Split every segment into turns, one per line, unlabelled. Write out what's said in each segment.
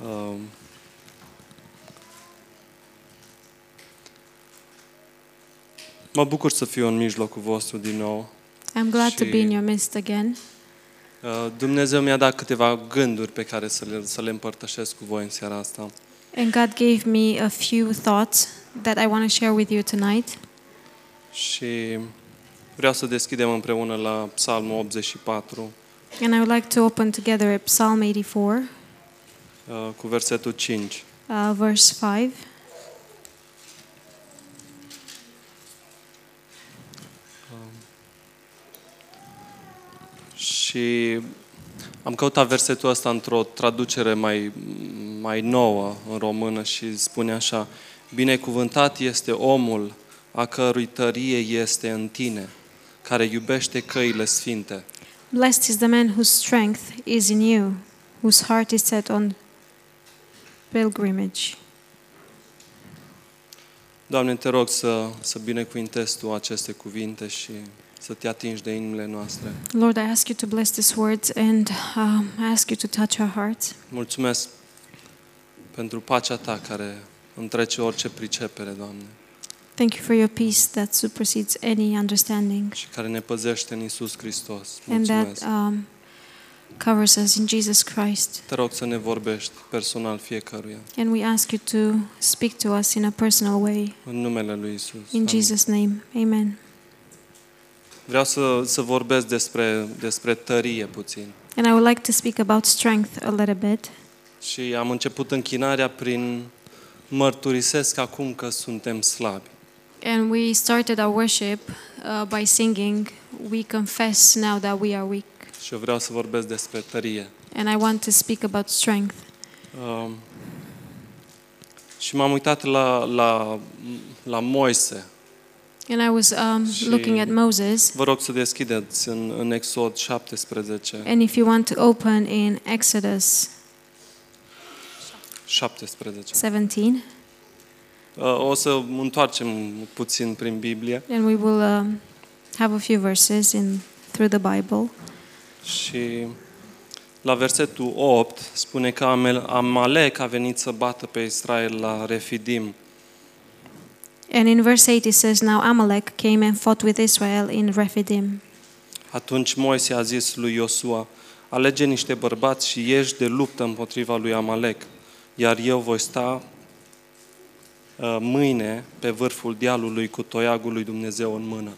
Um, mă bucur să fiu în mijlocul vostru din nou.
I'm glad to be in
Și-
your midst again.
Uh, Dumnezeu mi-a dat câteva gânduri pe care să le, să le împărtășesc cu voi în seara asta.
And God gave me a few thoughts that I want to share with you tonight.
Și vreau să deschidem împreună la Psalmul 84
And I would like to open together at Psalm 84,
uh, cu versetul 5.
uh, verse 5.
Și am căutat versetul ăsta într-o traducere mai, mai nouă în română și spune așa Binecuvântat este omul a cărui tărie este în tine, care iubește căile sfinte.
Blessed is the man whose strength is in you, whose heart is set on pilgrimage.
Doamne, te rog să, să binecuvintezi Tu aceste cuvinte și să te atingi de inimile noastre.
Lord, I ask you to bless these words and um, I ask you to touch our hearts.
Mulțumesc pentru pacea Ta care întrece orice pricepere, Doamne,
Thank you for your peace that supersedes any understanding
și care ne păzește în Isus Hristos.
and
Mulțumesc.
that um, covers us in Jesus Christ.
Te rog să ne vorbești personal fiecăruia.
And we ask you to speak to us in a personal way.
În numele lui Isus.
In Jesus' name, amen.
Vreau să, să vorbesc despre, despre tărie puțin.
And I would like to speak about strength a little bit.
Și am început închinarea prin mărturisesc acum că suntem slabi.
And we started our worship uh, by singing, We confess now that we are weak.
Și eu vreau să vorbesc despre tărie.
And I want to speak about strength.
Um, și m-am uitat la, la, la Moise.
And I was um,
Și-
looking at Moses.
Vă rog să deschideți în, în Exod 17.
And if you want to open in Exodus
17.
17,
Uh, O să întoarcem puțin prin Biblie.
and we will um, have a few verses in through the Bible.
Și la versetul 8 spune că Amel- Amalek a venit să bată pe Israel la Refidim.
And in verse 8 it says, Now Amalek came and fought with Israel in Rephidim.
Atunci Moise a zis lui Iosua, alege niște bărbați și ieși de luptă împotriva lui Amalek, iar eu voi sta uh, mâine pe vârful dealului cu toiagul lui Dumnezeu în mână.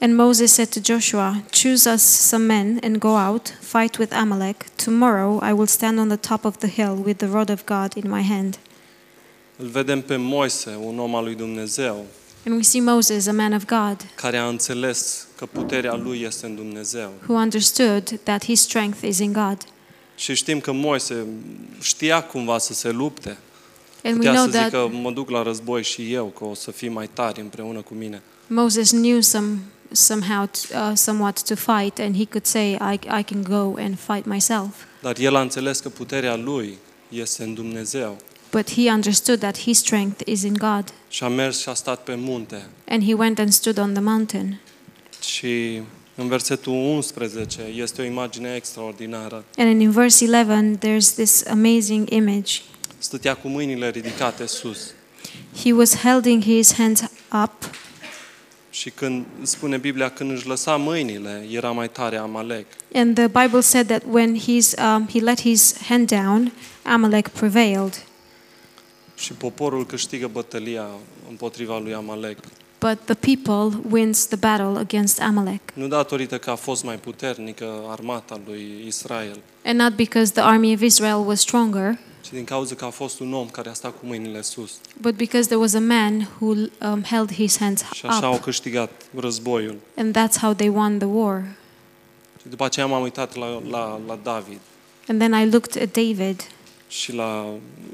And Moses said to Joshua, Choose us some men and go out, fight with Amalek. Tomorrow I will stand on the top of the hill with the rod of God in my hand.
Îl vedem pe Moise, un om al lui Dumnezeu,
And we see Moses, a man of God,
care a înțeles că puterea lui este în Dumnezeu.
who understood that his strength is in God.
Și știm că Moise știa cumva să se lupte,
And we
Putea
know
să zică,
that
mă duc la război și eu, că o să fii mai tari împreună cu mine.
Moses knew some, somehow, t- uh, somewhat to fight, and he could say, I, I can go and fight myself.
Dar el a înțeles că puterea lui este în Dumnezeu.
But he understood that his strength is in God.
Și a mers și a stat pe munte.
And he went and stood on the mountain.
Și în versetul 11 este o imagine extraordinară.
And in verse 11, there's this amazing image.
Stătea cu mâinile ridicate sus.
He was holding his hands up,
Și când spune Biblia, când își lăsa mâinile, era mai tare Amalek.
and the Bible said that when he's, um, he let his hand down, Amalek prevailed.
Și poporul câștigă bătălia împotriva lui Amalek.
But the people wins the battle against Amalek,
Nu datorită că a fost mai puternică armata lui Israel,
and not because the army of Israel was stronger,
ci din cauza că a fost un om care a stat cu mâinile sus.
but because there was a man who um, held his hands
Și așa au
up,
câștigat războiul.
and that's how they won the war.
Și după aceea m-am uitat la, la, la David
And then I looked at David
și la,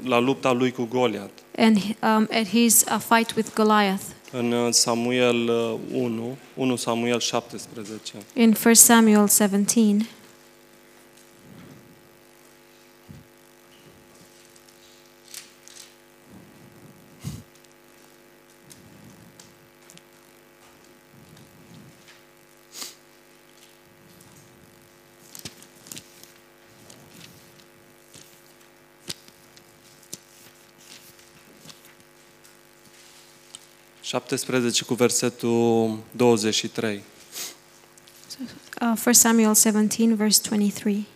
la lupta lui cu Goliat.
and um, at his uh, fight with Goliath
În uh, Samuel uh, 1, 1 Samuel 17.
in 1 Samuel 17.
17 cu versetul 23.
Uh, 1 Samuel 17, verse 23.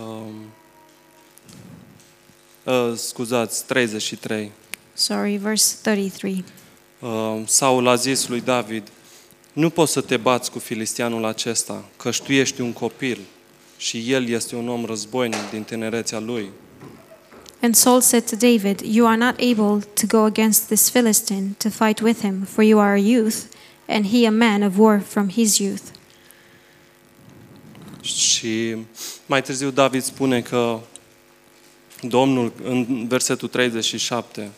Um, uh, scuzați, 33.
Sorry, verse 33.
Uh, Saul a zis lui David, nu poți să te bați cu filistianul acesta, căci tu ești un copil și el este un om războinic din tinerețea lui.
And Saul said to David, You are not able to go against this Philistine to fight with him, for you are a youth, and he a man of war from his youth.
Și mai târziu David spune că Domnul, în versetul 37,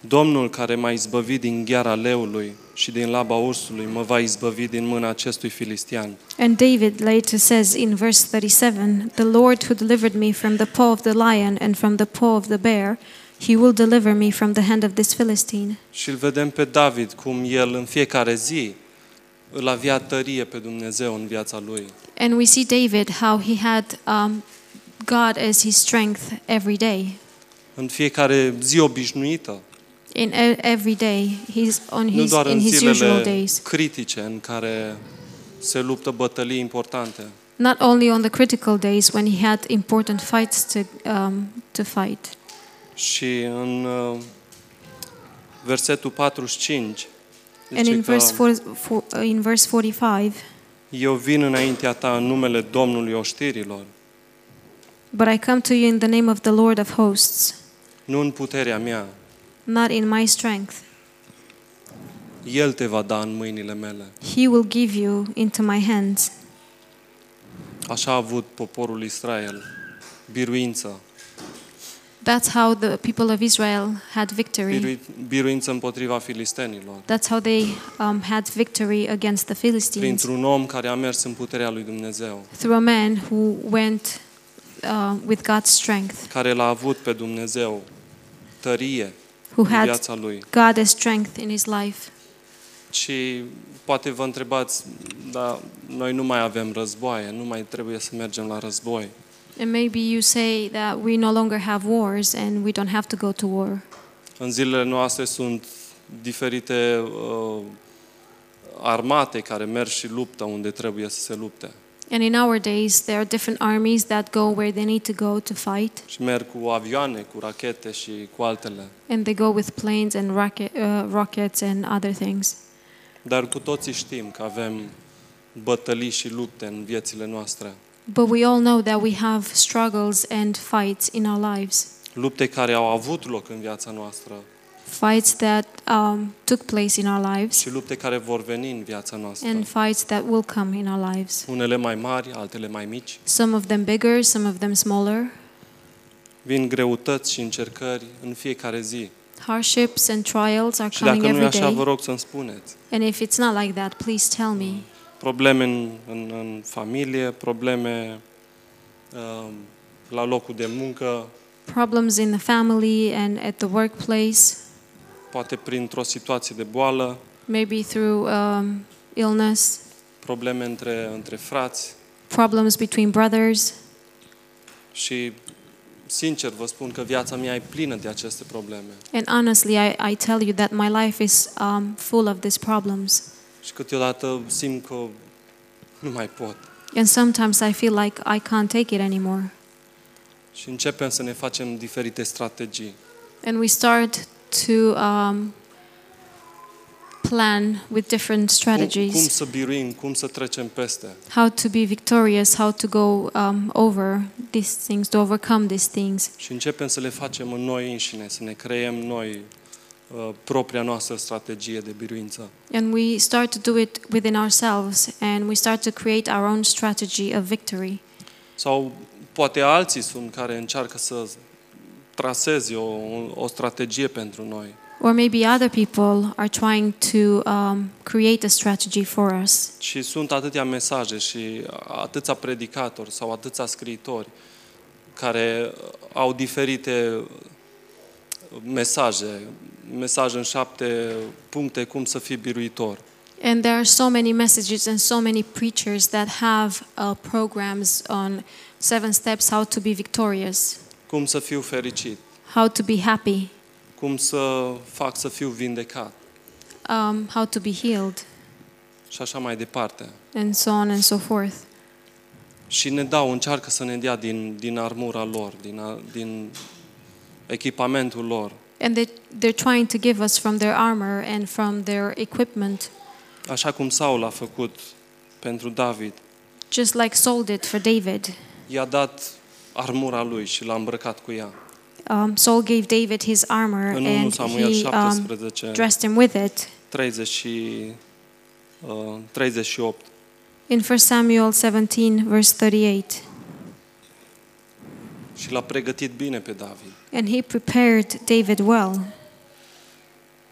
Domnul care m-a izbăvit din gheara leului și din laba ursului, mă va izbăvi din mâna acestui filistian.
And David later says in verse 37 The Lord who delivered me from the paw of the lion and from the paw of the bear, he will deliver me from the hand of this Philistine.
Și îl vedem pe David cum el în fiecare zi îl avea tărie pe Dumnezeu în viața lui.
And we see David how he had um, God as his strength every day.
În fiecare zi obișnuită,
In e- every day, he's on
nu
his
doar
in
în
his usual
zilele
days.
critice în care se luptă bătălii importante.
Not only on the critical days when he had important fights to um, to fight.
Și în uh, versetul 45
and
zice
in
că
verse four, four, uh, in verse 45,
Eu vin înaintea ta în numele Domnului oștirilor,
but I come to you in the name of the Lord of hosts.
nu în puterea mea.
not in my strength.
El te va da în mâinile mele.
He will give you into my hands.
Așa a avut poporul Israel, biruință.
That's how the people of Israel had victory.
Birui, biruință împotriva filistenilor.
That's how they um, had victory against the Philistines
Printr-un om care a mers în puterea lui Dumnezeu,
through a man who went uh, with God's strength,
care l-a avut pe Dumnezeu tărie
who
în
had
viața lui.
God as strength in his life.
Și poate vă întrebați, dar noi nu mai avem războaie, nu mai trebuie să mergem la război.
And maybe you say that we no longer have wars and we don't have to go to war.
În zilele noastre sunt diferite uh, armate care merg și luptă unde trebuie să se lupte.
And in our days, there are different armies that go where they need to go to fight,
Și merg cu avioane, cu rachete și cu altele.
and they go with planes and rocket, uh, rockets and other things.
Dar cu toții știm că avem bătălii și lupte în viețile noastre.
But we all know that we have struggles and fights in our lives,
Lupte care au avut loc în viața noastră
fights that um, took place in our lives,
și lupte care vor veni în viața noastră.
and fights that will come in our lives.
Unele mai mari, altele mai mici.
Some of them bigger, some of them smaller,
Vin greutăți și încercări în fiecare zi.
hardships and trials are
Și dacă
coming
nu e
every
așa, vă
day.
rog să-mi spuneți.
And if it's not like that, please tell me.
Probleme în, în, în familie, probleme um, la locul de muncă,
Problems in the family and at the workplace,
poate printr-o situație de boală,
maybe through um, illness,
probleme între, între frați
problems between brothers.
și, sincer, vă spun că viața mea e plină de aceste probleme.
And honestly, I, I tell you that my life is um, full of these problems.
Și câteodată simt că nu mai pot.
And sometimes I feel like I can't take it anymore.
Și începem să ne facem diferite strategii.
And we start to um, plan with different
Cum, cum
strategies
să biruim, cum să trecem peste.
how to be victorious, how to go um, over these things, to overcome these things.
Și începem să le facem în noi înșine, să ne creăm noi uh, propria noastră strategie de biruință.
And we start to do it within ourselves and we start to create our own strategy of victory.
Sau poate alții sunt care încearcă să traseze o, o strategie pentru noi.
Or maybe other people are trying to um, create a strategy for us.
Și sunt atâtea mesaje și atâția predicatori sau atâția scriitori care au diferite mesaje, mesaje în șapte puncte cum să fii biruitor.
And there are so many messages and so many preachers that have uh, programs on seven steps how to be victorious,
Cum să fiu fericit?
how to be happy,
Cum să fac să fiu vindecat?
um, how to be healed,
Și așa mai departe.
and so on and so forth.
Și ne dau, încearcă să ne dea din, din armura lor, din, a- din echipamentul lor.
And they, they're trying to give us from their armor and from their equipment,
Așa cum Saul a făcut pentru David.
just like Saul did for David.
I-a dat armura lui și l-a îmbrăcat cu ea.
Um, Saul gave David his armor
În 1
and
Samuel
he um,
17,
dressed him with it.
30 și, uh, 38.
In 1 Samuel 17, verse 38,
Și l-a pregătit bine pe David.
and he prepared David well.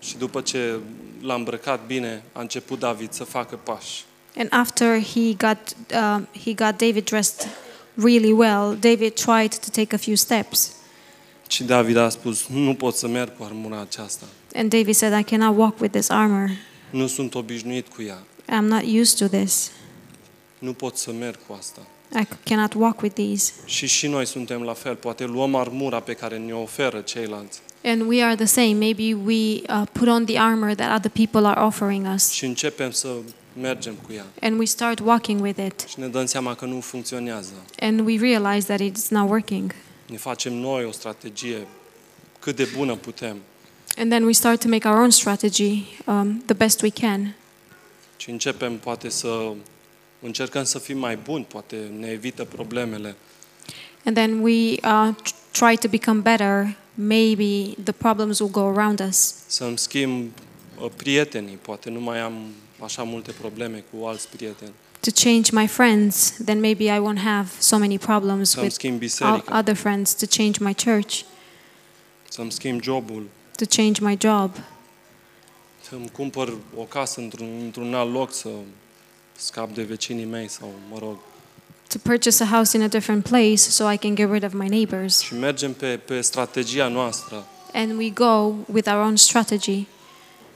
Și după ce l-a îmbrăcat bine, a început David să facă pași.
And after he got um, he got David dressed really well, David tried to take a few steps,
Și David a spus, nu pot să merg cu armura aceasta.
and David said, "I cannot walk with this armor.
Nu sunt obișnuit cu ea.
I'm not used to this.
Nu pot să merg cu asta.
I c- cannot walk with these."
Și și noi suntem la fel. Poate luăm armura pe care ne oferă ceilalți
And we are the same. Maybe we uh, put on the armor that other people are offering us,
și începem să mergem cu ea.
and we start walking with it,
Și ne dăm seama că nu funcționează.
and we realize that it's not working.
Ne facem noi o strategie cât de bună putem.
And then we start to make our own strategy um, the best we can.
Și începem poate să încercăm să fim mai buni, poate ne evită problemele.
And then we uh, tr- try to become better. Maybe the problems will go around us.
Să îmi schimb uh, prietenii, poate nu mai am așa multe probleme cu alți prieteni.
To change my friends, then maybe I won't have so many problems
Să îmi
with
schimb
o-
biserica,
other friends. To change my church,
să îmi schimb jobul,
to change my job,
să îmi cumpăr o casă într-un, într-un alt loc să scap de vecinii mei sau, mă rog.
to purchase a house in a different place so I can get rid of my neighbors.
Și mergem pe, pe strategia noastră,
And we go with our own strategy,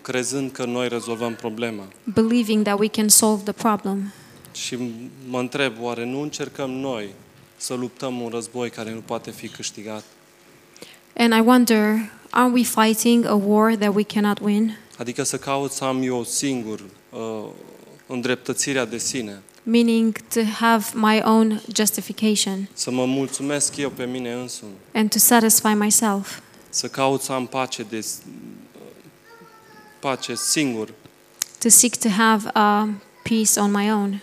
crezând că noi rezolvăm problema.
believing that we can solve the problem.
Și mă întreb, oare nu încercăm noi să luptăm un război care nu poate fi câștigat?
And I wonder, aren't we fighting a war that we cannot win?
Adică să caut să am eu singur uh, îndreptățirea de sine,
meaning to have my own justification
să mă mulțumesc eu pe mine însumi,
and to satisfy myself,
să caut să am pace de s- pace singur,
to seek to have um, peace on my own,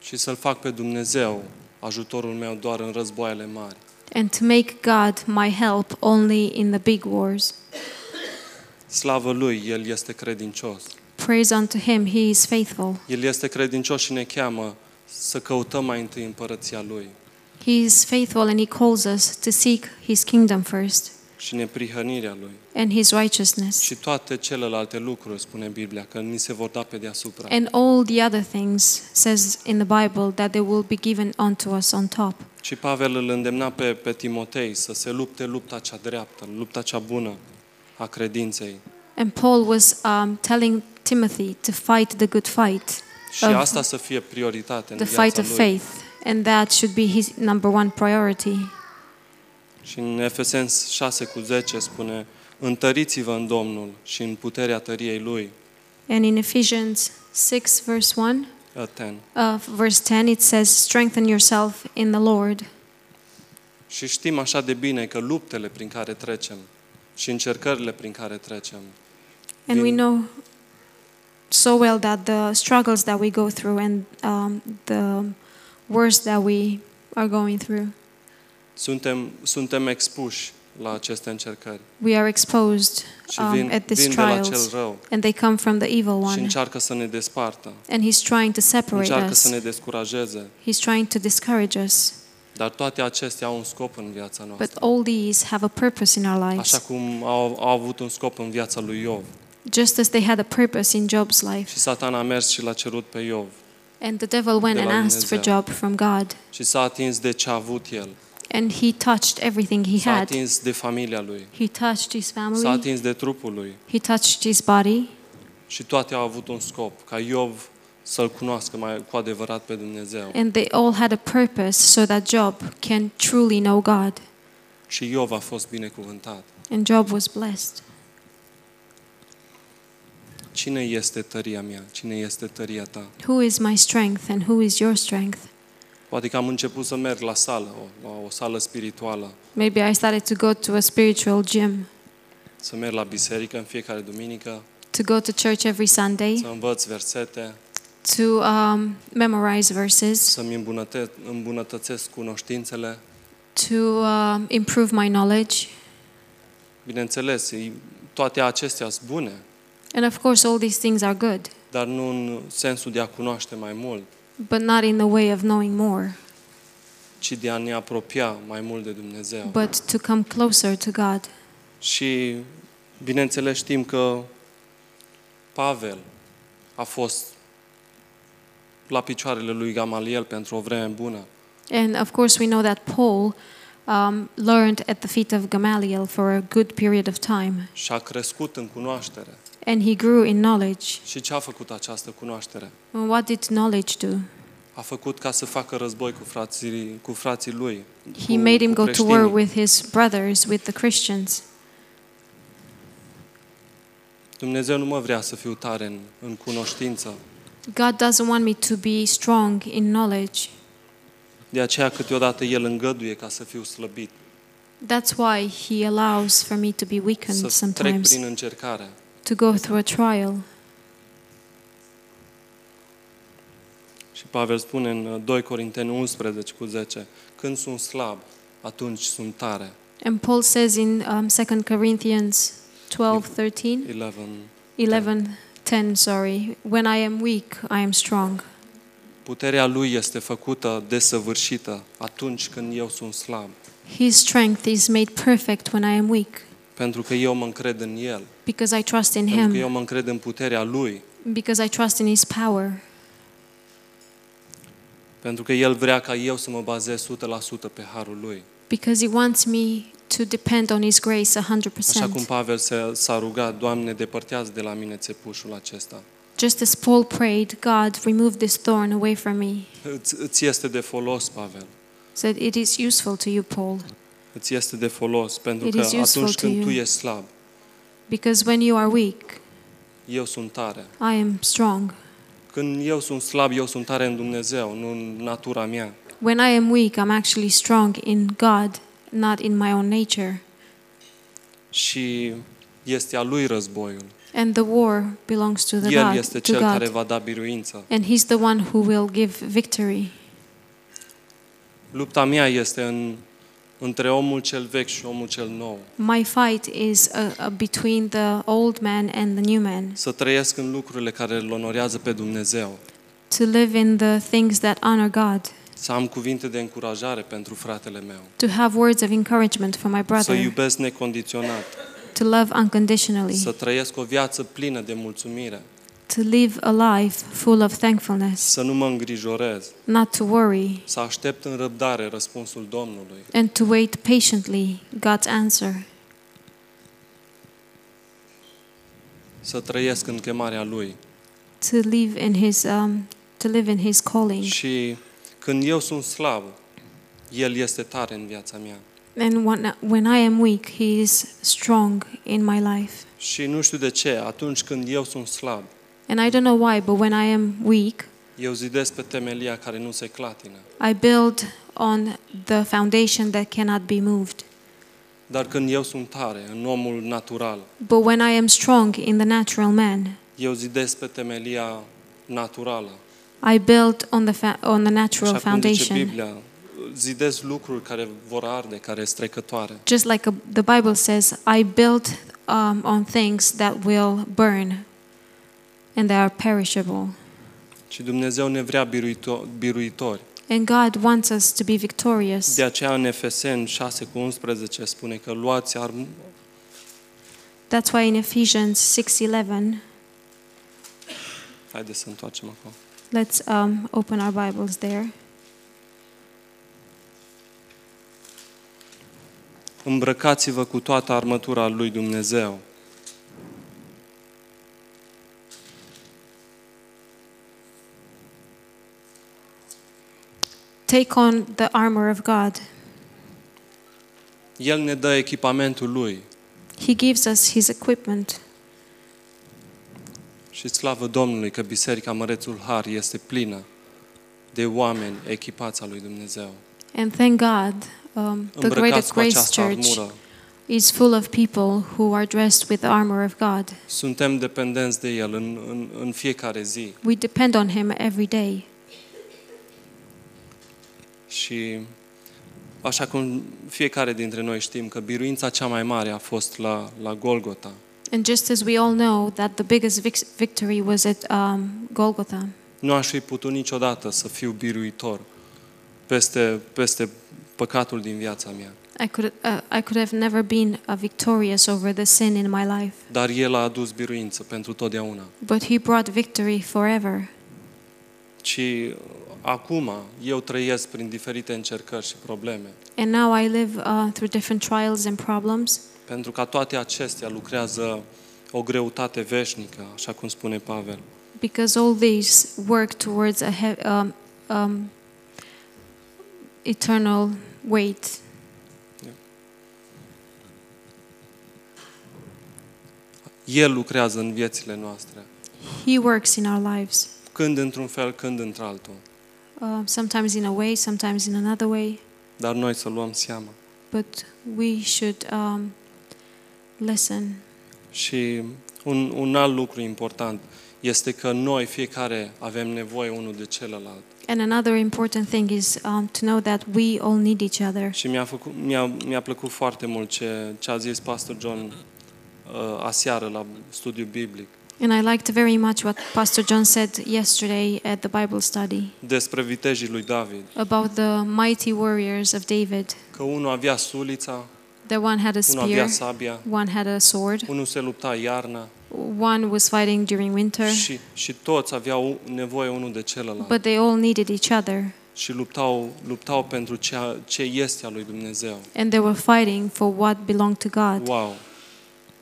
și să-L fac pe Dumnezeu ajutorul meu doar în războaiele mari.
and to make God my help only in the big wars.
Slavă Lui, El este credincios.
Praise unto Him, He is faithful.
El este credincios și ne cheamă să căutăm mai întâi împărăția Lui
He is faithful and He calls us to seek His kingdom first
și neprihănirea Lui.
and His righteousness.
Și toate celelalte lucruri, spune Biblia, că ni se vor da pe deasupra.
And all the other things, says in the Bible, that they will be given unto us on top.
Și Pavel îl îndemna pe, pe Timotei să se lupte lupta cea dreaptă, lupta cea bună a credinței.
And Paul was um, telling Timothy to fight the good fight.
Și
Of-
asta să fie prioritate în
the
viața
fight
lui.
of faith, and that should be his number one priority.
Și în Efeseni 6 cu 10 spune, întăriți-vă în Domnul și în puterea tăriei Lui.
And in Ephesians 6, verse 1,
Aten.
uh, verse 10, it says, Strengthen yourself in the Lord.
Și știm așa de bine că luptele prin care trecem și încercările prin care trecem
And we
Din-
know so well that the struggles that we go through and um, the worst that we are going through,
suntem, suntem expuși la aceste încercări
we are exposed,
și
Um,
vin,
at these
vin de la
trials,
cel rău
and they come from the evil
și
one.
încearcă să ne despartă,
And he's trying to separate
încearcă să ne
us,
descurajeze.
he's trying to discourage us.
Dar toate acestea au un scop în viața
But
noastră,
all these have a purpose in our lives.
așa cum au, au avut un scop în viața lui Iov.
just as they had a purpose in Job's life.
Și Satan a mers și l-a cerut pe Iov
And the devil went
De
and
la
asked for
Dumnezeu.
Job from God,
și s-a atins de ce a avut el.
And he touched everything he
S-a
had.
atins de familia lui,
He touched his
s-a
family,
atins de trupul lui
he touched his body,
și toate au avut un scop, ca Iov să-L cunoască mai cu adevărat pe Dumnezeu.
and they all had a purpose so that Job can truly know God.
Și Iov a fost binecuvântat.
And Job was blessed.
Cine este tăria mea? Cine este tăria ta?
Who is my strength and who is your strength?
Poate că am început să merg la sală, o, la o sală spirituală,
Maybe I started to go to a spiritual gym,
să merg la biserică în fiecare duminică,
to go to church every Sunday,
să învăț versete,
to um, memorize verses,
să-mi îmbunăte- îmbunătățesc cunoștințele.
to um, improve my knowledge.
Bineînțeles, e- toate acestea sunt bune,
And of course, all these things are good,
dar nu în sensul de a cunoaște mai mult,
but not in the way of knowing more,
ci de a ne apropia mai mult de Dumnezeu.
but to come closer to God.
Și, bineînțeles, știm că Pavel a fost la picioarele lui Gamaliel pentru o vreme bună.
And of course, we know that Paul um, learned at the feet of Gamaliel for a good period of time,
și a crescut în cunoaștere.
and he grew in knowledge.
Și ce a făcut această cunoaștere?
And what did knowledge do?
A făcut ca să facă război cu frații, cu frații lui.
He
cu-
made him
cu
go to war
creștinii.
with his brothers, with the Christians.
Dumnezeu nu mă vrea să fiu tare în, în cunoștință.
God doesn't want me to be strong in knowledge.
De aceea câteodată El îngăduie ca să fiu slăbit,
That's why He allows for me to be weakened
să trec
sometimes,
prin încercare.
to go through a trial.
Și Pavel spune în uh, 2 Corinteni 11 cu 10, când sunt slab, atunci sunt tare.
And Paul says in um, 2 Corinthians 12, 13,
11.
11, 10, sorry, when I am weak, I am strong.
Puterea lui este făcută desăvârșită atunci când eu sunt slab,
His strength is made perfect when I am weak,
pentru că eu mă încred în El.
because I trust in
Pentru că eu
Him,
mă încred în puterea Lui,
because I trust in His power,
pentru că El vrea ca eu să mă bazez 100% pe Harul Lui.
because He wants me to depend on His grace
Așa cum
100%.
Pavel se- s-a rugat, Doamne, depărtează de la mine țepușul acesta.
Just as Paul prayed, God, remove this thorn away from me.
Îți, îți este de folos, Pavel.
Said, It is useful to you, Paul,
Îți este de folos, pentru
It
că
is useful
atunci
to
când
you.
tu ești slab,
because when you are weak,
eu sunt tare.
I am strong.
Când eu sunt slab, eu sunt tare în Dumnezeu, nu în natura mea.
When I am weak, I'm actually strong in God, not in my own nature.
Și este a Lui războiul.
And the war belongs to the
El
God,
este
to
Cel care
God.
va da biruință.
And He's the one who will give victory.
Lupta mea este în, între omul cel vechi și omul cel nou.
My fight is uh, uh, between the old man and the new man,
să trăiesc în lucrurile care îl onorează pe Dumnezeu,
to live in the things that honor God,
să am cuvinte de încurajare pentru fratele meu,
to have words of encouragement for my
să
brother,
iubesc necondiționat,
to love unconditionally,
să trăiesc o viață plină de mulțumire,
to live a life full of thankfulness,
să nu mă îngrijorez,
not to worry,
să aștept în răbdare răspunsul Domnului.
and to wait patiently God's answer,
Să trăiesc în chemarea Lui.
to live in His um, to live in His calling.
Și când eu sunt slab, El este tare în viața mea.
And when when I am weak, He is strong in my life.
Și nu știu de ce, atunci când eu sunt slab,
And I don't know why, but when I am weak,
eu zidesc pe temelia care nu se clatină.
I build on the foundation that cannot be moved.
Dar când eu sunt tare, în omul natural,
But when I am strong in the natural man,
Eu zidesc pe temelia naturală.
I build on the fa- on the natural
Așa cum zice
foundation.
Biblia, zidesc lucruri care vor arde, care sunt trecătoare.
Just like a, the Bible says, I build um, on things that will burn and they are perishable.
Și Dumnezeu ne vrea biruito- biruitori.
And God wants us to be victorious.
De aceea în Efeseni 6 cu 11 spune că luați arm-
That's why in Ephesians 6:11,
Haideți să întoarcem acum.
let's um, open our Bibles there.
Îmbrăcați-vă cu toată armătura lui Dumnezeu.
Take on the armor of God.
El ne dă echipamentul lui
He gives us His equipment.
și slavă Domnului că Biserica Mărețul Har este plină de oameni echipați al lui Dumnezeu.
And thank God, um, the Great
Îmbrăcați
at
cu
Grace
această
Church
armură.
is full of people who are dressed with the armor of God.
Suntem dependenți de El în, în, în fiecare zi
We depend on Him every day.
și așa cum fiecare dintre noi știm că biruința cea mai mare a fost la, la Golgota.
And just as we all know that the biggest vic- victory was at um, Golgotha,
Nu aș fi putut niciodată să fiu biruitor peste, peste păcatul din viața mea.
I could uh, I could have never been uh, victorious over the sin in my life,
Dar El a adus biruință pentru totdeauna.
but He brought victory forever.
Și acum eu trăiesc prin diferite încercări și probleme,
And now I live uh, through different trials and problems
pentru că toate acestea lucrează o greutate veșnică, așa cum spune Pavel.
because all these work towards a he- um, um, eternal weight.
El lucrează în viețile noastre,
He works in our lives,
când într-un fel, când într-altul.
uh, sometimes in a way, sometimes in another way,
Dar noi să luăm seama.
but we should um, listen.
Și un, un alt lucru important este că noi fiecare avem nevoie unul de celălalt.
And another important thing is um, to know that we all need each other.
Și mi-a, făcut, mi-a, mi-a plăcut foarte mult ce, ce a zis pastor John uh, aseară la studiu biblic
And I liked very much what Pastor John said yesterday at the Bible study
despre vitejii lui David.
about the mighty warriors of David.
Că unul avea sulița,
The one had a
unul avea
spear,
sabia,
one had a sword,
unul se lupta iarna
one was fighting during winter,
și, și toți aveau nevoie unul de celălalt.
but they all needed each other.
și luptau, luptau pentru ceea, ce este a lui Dumnezeu.
And they were fighting for what belonged to God.
Wow!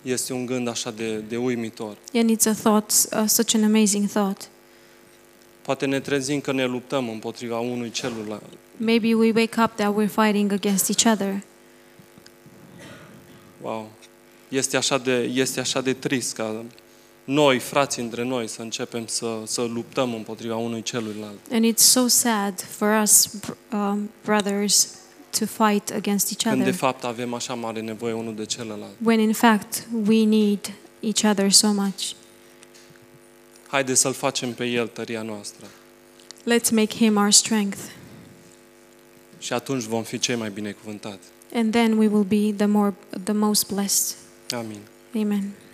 Este un gând așa de, de uimitor.
And it's a thought, uh, such an amazing thought.
Poate ne trezim că ne luptăm împotriva unui celuilalt,
Maybe we wake up that we're fighting against each other.
Wow! Este așa de, este așa de trist ca noi, frații între noi, să începem să, să luptăm împotriva unui celuilalt.
And it's so sad for us, br- um, brothers, to fight against each
Când de
other
fapt avem așa mare nevoie unul de celălalt.
when in fact we need each other so much.
Haideți să-l facem pe el tăria noastră
Let's make Him our strength,
și atunci vom fi cei mai binecuvântați.
and then we will be the, more, the most blessed.
Amin.
Amen.